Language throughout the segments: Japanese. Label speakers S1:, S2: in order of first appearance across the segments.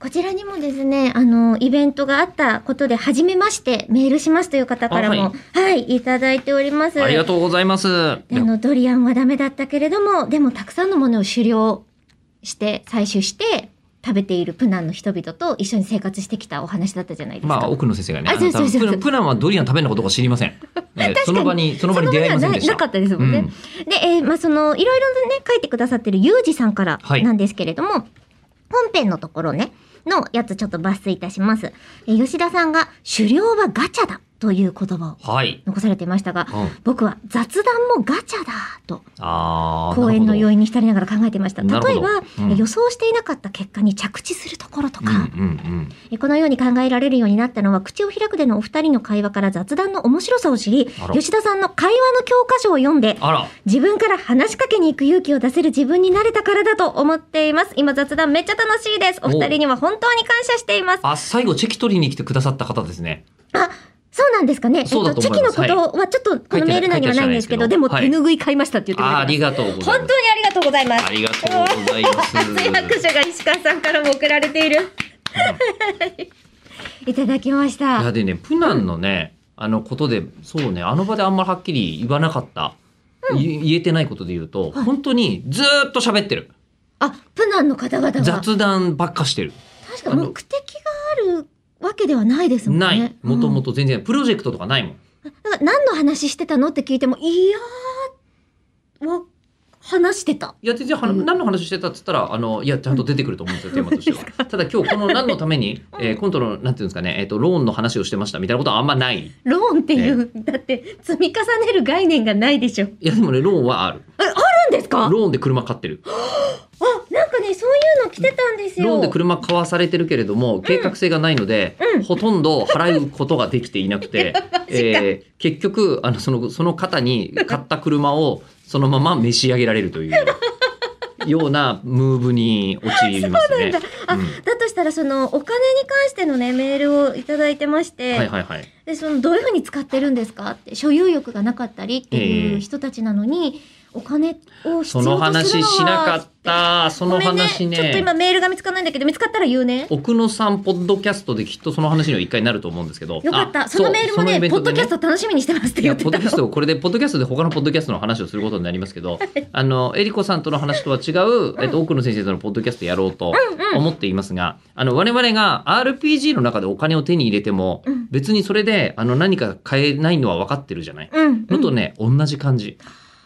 S1: こちらにもですね、あの、イベントがあったことで、初めましてメールしますという方からも、はい、い、ただいております。
S2: ありがとうございます。
S1: であの、ドリアンはダメだったけれども、でもたくさんのものを狩猟して、採取して、食べているプナンの人々と一緒に生活してきたお話だったじゃないですか。
S2: まあ、奥野先生がね、
S1: あ
S2: の多分
S1: そうそうそうそう
S2: プランはドリアン食べることが知り ません。えーその場に、その場に出会いませんでし
S1: そ
S2: た。
S1: の場にはななかったですもんね。
S2: うん
S1: で、えーまあ、その、いろいろね、書いてくださってるゆうじさんから
S2: はい
S1: なんですけれども、本編のところね、のやつちょっと抜粋いたします。えー吉田さんが、狩猟はガチャだという言葉を
S2: はい。
S1: 残されていましたが、
S2: うん
S1: 僕は雑談もガチャだと
S2: ああ、
S1: 公演の
S2: よ
S1: 余韻に浸りながら考えていました。例
S2: なるほど
S1: えば、
S2: うん
S1: 予想していなかった結果に着地するところとか、
S2: うんうん
S1: えこのように考えられるようになったのは、口を開くでのお二人の会話から雑談の面白さを知り
S2: あ、ら
S1: 吉田さんの会話の教科書を読んで
S2: うん。、あら、
S1: 自分から話しかけに行く勇気を出せる自分になれたからだと思っています。今雑談めっちゃ楽しいです。お二人には本当に感謝しています。
S2: あ、最後チェキ取りに来てくださった方ですね。
S1: あ、そうなんですかね。
S2: そうだと
S1: チ
S2: 思
S1: ェ
S2: い
S1: キ
S2: ま
S1: の
S2: す
S1: ことはちょっとこのメール内にはないんですけど、
S2: 書い
S1: で
S2: て
S1: も
S2: ない書
S1: 手
S2: いてないですけど
S1: 拭い買いましたって言ってくれて
S2: あ
S1: ま
S2: あ
S1: す
S2: りがとうござい
S1: 本当に
S2: ます。
S1: ありがとうございます。
S2: ありがとうござ います
S1: 拍手が石川さんからも送られている。 いただきまし
S2: いや
S1: た。
S2: でね、プナンのね、あのことで、そうね、あの場であんまりはっきり言わなかった、い言えてないことで言うと、
S1: はい
S2: 本当にずーっと喋ってる。
S1: あ、プナンの方々が。
S2: 雑談ばっかしてる。
S1: 確か目的があるわけではないですもんね。
S2: ない。もとも
S1: と。
S2: と全然、プロジェクトとかないもん。
S1: だから何の話してたのって聞いても、いやー、わ話してた。
S2: いや、全然、はな
S1: うん
S2: 何の話してたっつったら、あの、いや、ちゃんと出てくると思うんですよ、テーマとしては。ただ今日、この何のために、えー今度の、なんていうんですかね、えっ、と、ローンの話をしてましたみたいなことはあんまない。い
S1: ローンっていう、だって積み重ねる概念がないでしょ。あ
S2: や、でもね、ローンはある。
S1: るんですかあ、
S2: ローンで車買ってる。
S1: なんかね、そういうの来てたんですよ。
S2: ローンで車買わされてるけれども、計画性がないので、
S1: うん
S2: ほとんど払うことができていな くて、えー結局、あの、その、その方に買った車を、そのまま召し上げられるという、ようなムーブに陥りますね。
S1: あ、
S2: うん
S1: だとしたらそのお金に関してのねメールをいただいてまして、
S2: はいはいはい。
S1: でそのどういうふうに使ってるんですかって所有欲がなかったりってい
S2: え
S1: う
S2: え
S1: 人たちなのに、お金を必
S2: そ
S1: 要とするの
S2: の
S1: は
S2: 話しなかった。その
S1: ごめん
S2: 話
S1: ちょっと今
S2: ね。
S1: メールが見つからないんだけど見つかったら言うね
S2: 奥野さん、ポッドキャストできっとその話には一回なると思うんですけど。
S1: よかった
S2: あ
S1: そのメールも
S2: う
S1: ね
S2: イベ
S1: ポ
S2: ト
S1: ッド
S2: で
S1: キャスト楽しみにしてますって
S2: い
S1: 言
S2: や、
S1: って
S2: ポッ
S1: た
S2: ドキャス
S1: の
S2: ト、これで、ポッドキャストで他のポッドキャストの話をすることになりま すけど、あの、えりこさんとの話とは違う、えっと、奥野先生とのポッドキャストやろうと思っていますが、あの、我々が RPG の中でお金を手に入れても
S1: うん、
S2: 別にそれで、あの、何か買えないのは分かってるじゃない。
S1: うん、う
S2: の
S1: ん、
S2: とね、同じ感じ。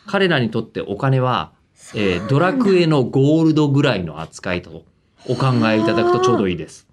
S2: 彼らにとってお金は、えードラクエのゴールドぐらいの扱いとお考えいただくとちょうどいいです。